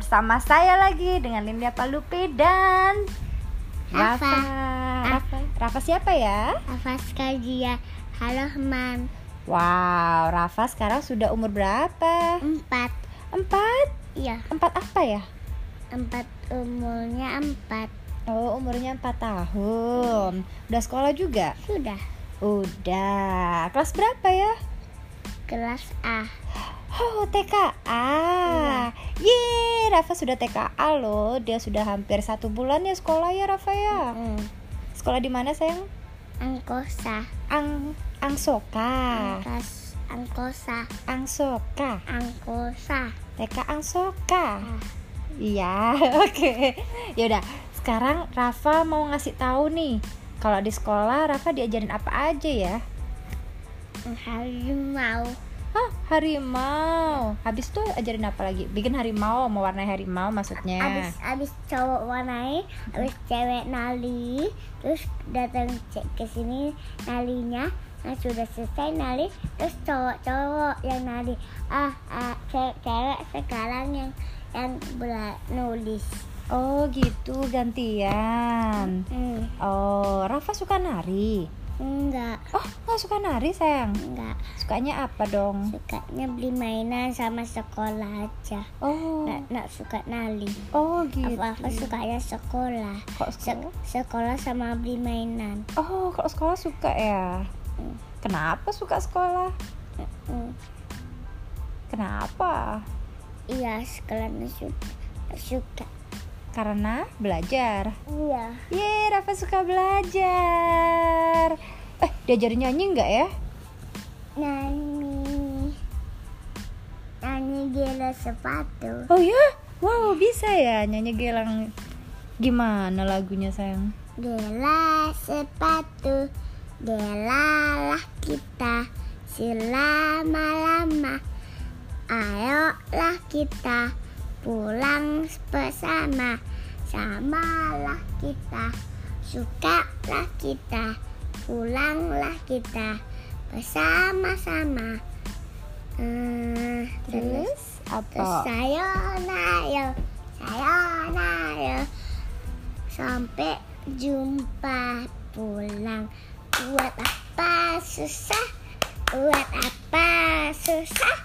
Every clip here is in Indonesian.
bersama saya lagi dengan Linda Palupe dan Rafa. Rafa. Rafa. Rafa siapa ya? Apa Ah, dia? Halo Mam. Wow, Rafa sekarang sudah umur berapa? Empat. Empat? Iya, Empat apa ya? empat umurnya empat. Oh, umurnya empat tahun. Udah sekolah juga? Sudah. Udah. Kelas berapa ya? Kelas A. Oh, TKA. Yeay, Rafa sudah TKA loh. Dia sudah hampir satu bulan ya sekolah ya, Rafa ya. Mm. Sekolah di mana sayang? Angkosa. Ang Angsoka. Angkas. Angkosa. Angsoka. Angkosa. TK Angsoka. Ah. Iya, oke. Yaudah, sekarang Rafa mau ngasih tahu nih. Kalau di sekolah Rafa diajarin apa aja ya? Harimau. Hah, harimau. Habis itu ajarin apa lagi? Bikin harimau, mewarnai harimau maksudnya. Abis abis cowok warnai, abis cewek nali, terus datang ce- ke sini nalinya. Nah sudah selesai nali, terus cowok-cowok yang nali. Ah, ah ce- cewek sekarang yang yang bela- nulis. Oh, gitu gantian. Hmm, Oh, Rafa suka nari. enggak, Oh, nggak suka nari, sayang. enggak. Sukanya apa dong? Sukanya beli mainan sama sekolah aja. Oh, Nggak, nggak suka nali. oh gitu. Apa-apa sukanya sekolah. Kok sekolah? Sek- sekolah sama beli mainan. Oh, kalau sekolah suka ya. Hmm. Kenapa suka sekolah? Hmm. Kenapa? Iya, sekolahnya suka. suka. Karena belajar. Iya. Yeay, Rafa suka belajar. Eh, diajarin nyanyi nggak ya? Nani. Nani gila sepatu. Oh ya? Wow, bisa ya nyanyi gelang. Gimana lagunya, sayang? Gila sepatu. Gelalah kita selama-lama. Ayolah kita pulang bersama. Samalah kita. Sukalah kita. Pulanglah kita bersama-sama. Hmm, terus Terus apa? Sayonara, sayonara. Sampai jumpa pulang. Buat apa susah? Buat apa susah?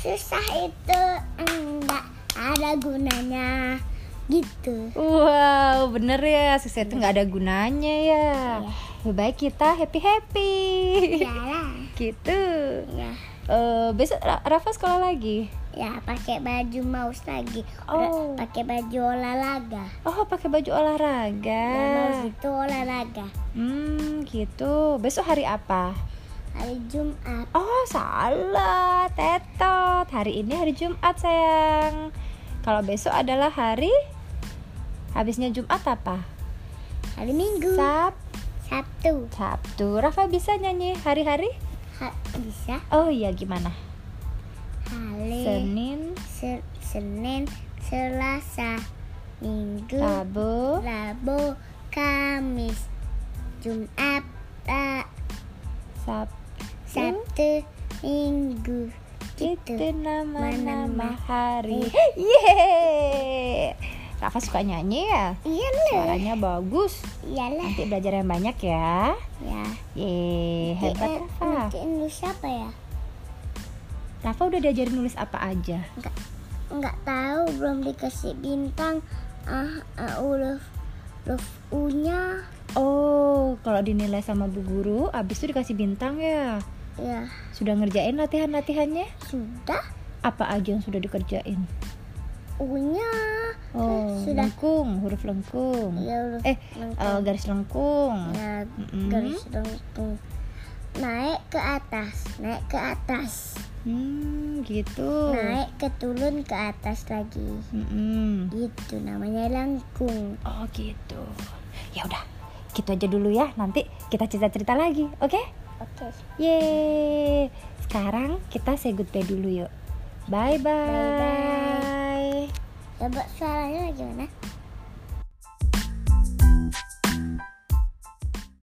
Susah itu enggak ada gunanya. Gitu. Wow, bener ya. Susah itu nggak ada gunanya ya. Iya. Lebih baik kita happy-happy. Ya lah. gitu. Ya, Eh, besok Ra- Rafa sekolah lagi. ya pakai baju mouse lagi. Oh. Pakai baju olahraga. Oh, pakai baju olahraga. Dan mouse itu olahraga. Hmm, gitu. Besok hari apa? Hari Jumat. Oh, salah. Tetot. Hari ini hari Jumat, sayang. Kalau besok adalah hari habisnya Jumat apa? Hari Minggu. Sab Sabtu Sabtu. Rafa bisa nyanyi hari-hari? ha- bisa Oh iya, gimana? hari Senin, Se- Senin Selasa Minggu Rabu, Rabu Kamis Jumat Ra- Sabtu. Sabtu Minggu Itu gitu Eh. nama-nama Nama-nama hari. Yeay. Rafa suka nyanyi ya? iya lah Suaranya bagus. iyalah Nanti belajar yang banyak ya. ya Yeay, hebat Eh, Rafa. nanti lu siapa ya Rafa udah diajarin nulis apa aja? nggak tahu belum dikasih bintang ah ah, huruf huruf u nya Oh, kalau dinilai sama bu guru, abis itu dikasih bintang ya. ya Sudah ngerjain latihan-latihannya? sudah Apa aja yang sudah dikerjain? u nya Oh, sudah lengkung, huruf lengkung. ya huruf Eh, lengkap. eh, garis lengkung. Ya, Mm-mm. garis lengkung. Naik ke atas, naik ke atas, Hmm, gitu. naik ke turun ke atas lagi. Mm-mm. Itu namanya lengkung. Oh, gitu. Ya udah, gitu aja dulu ya. Nanti kita cerita-cerita lagi, oke? Oke. Yeay. Sekarang kita say goodbye dulu yuk. Bye-bye. Bye-bye. Coba suaranya gimana?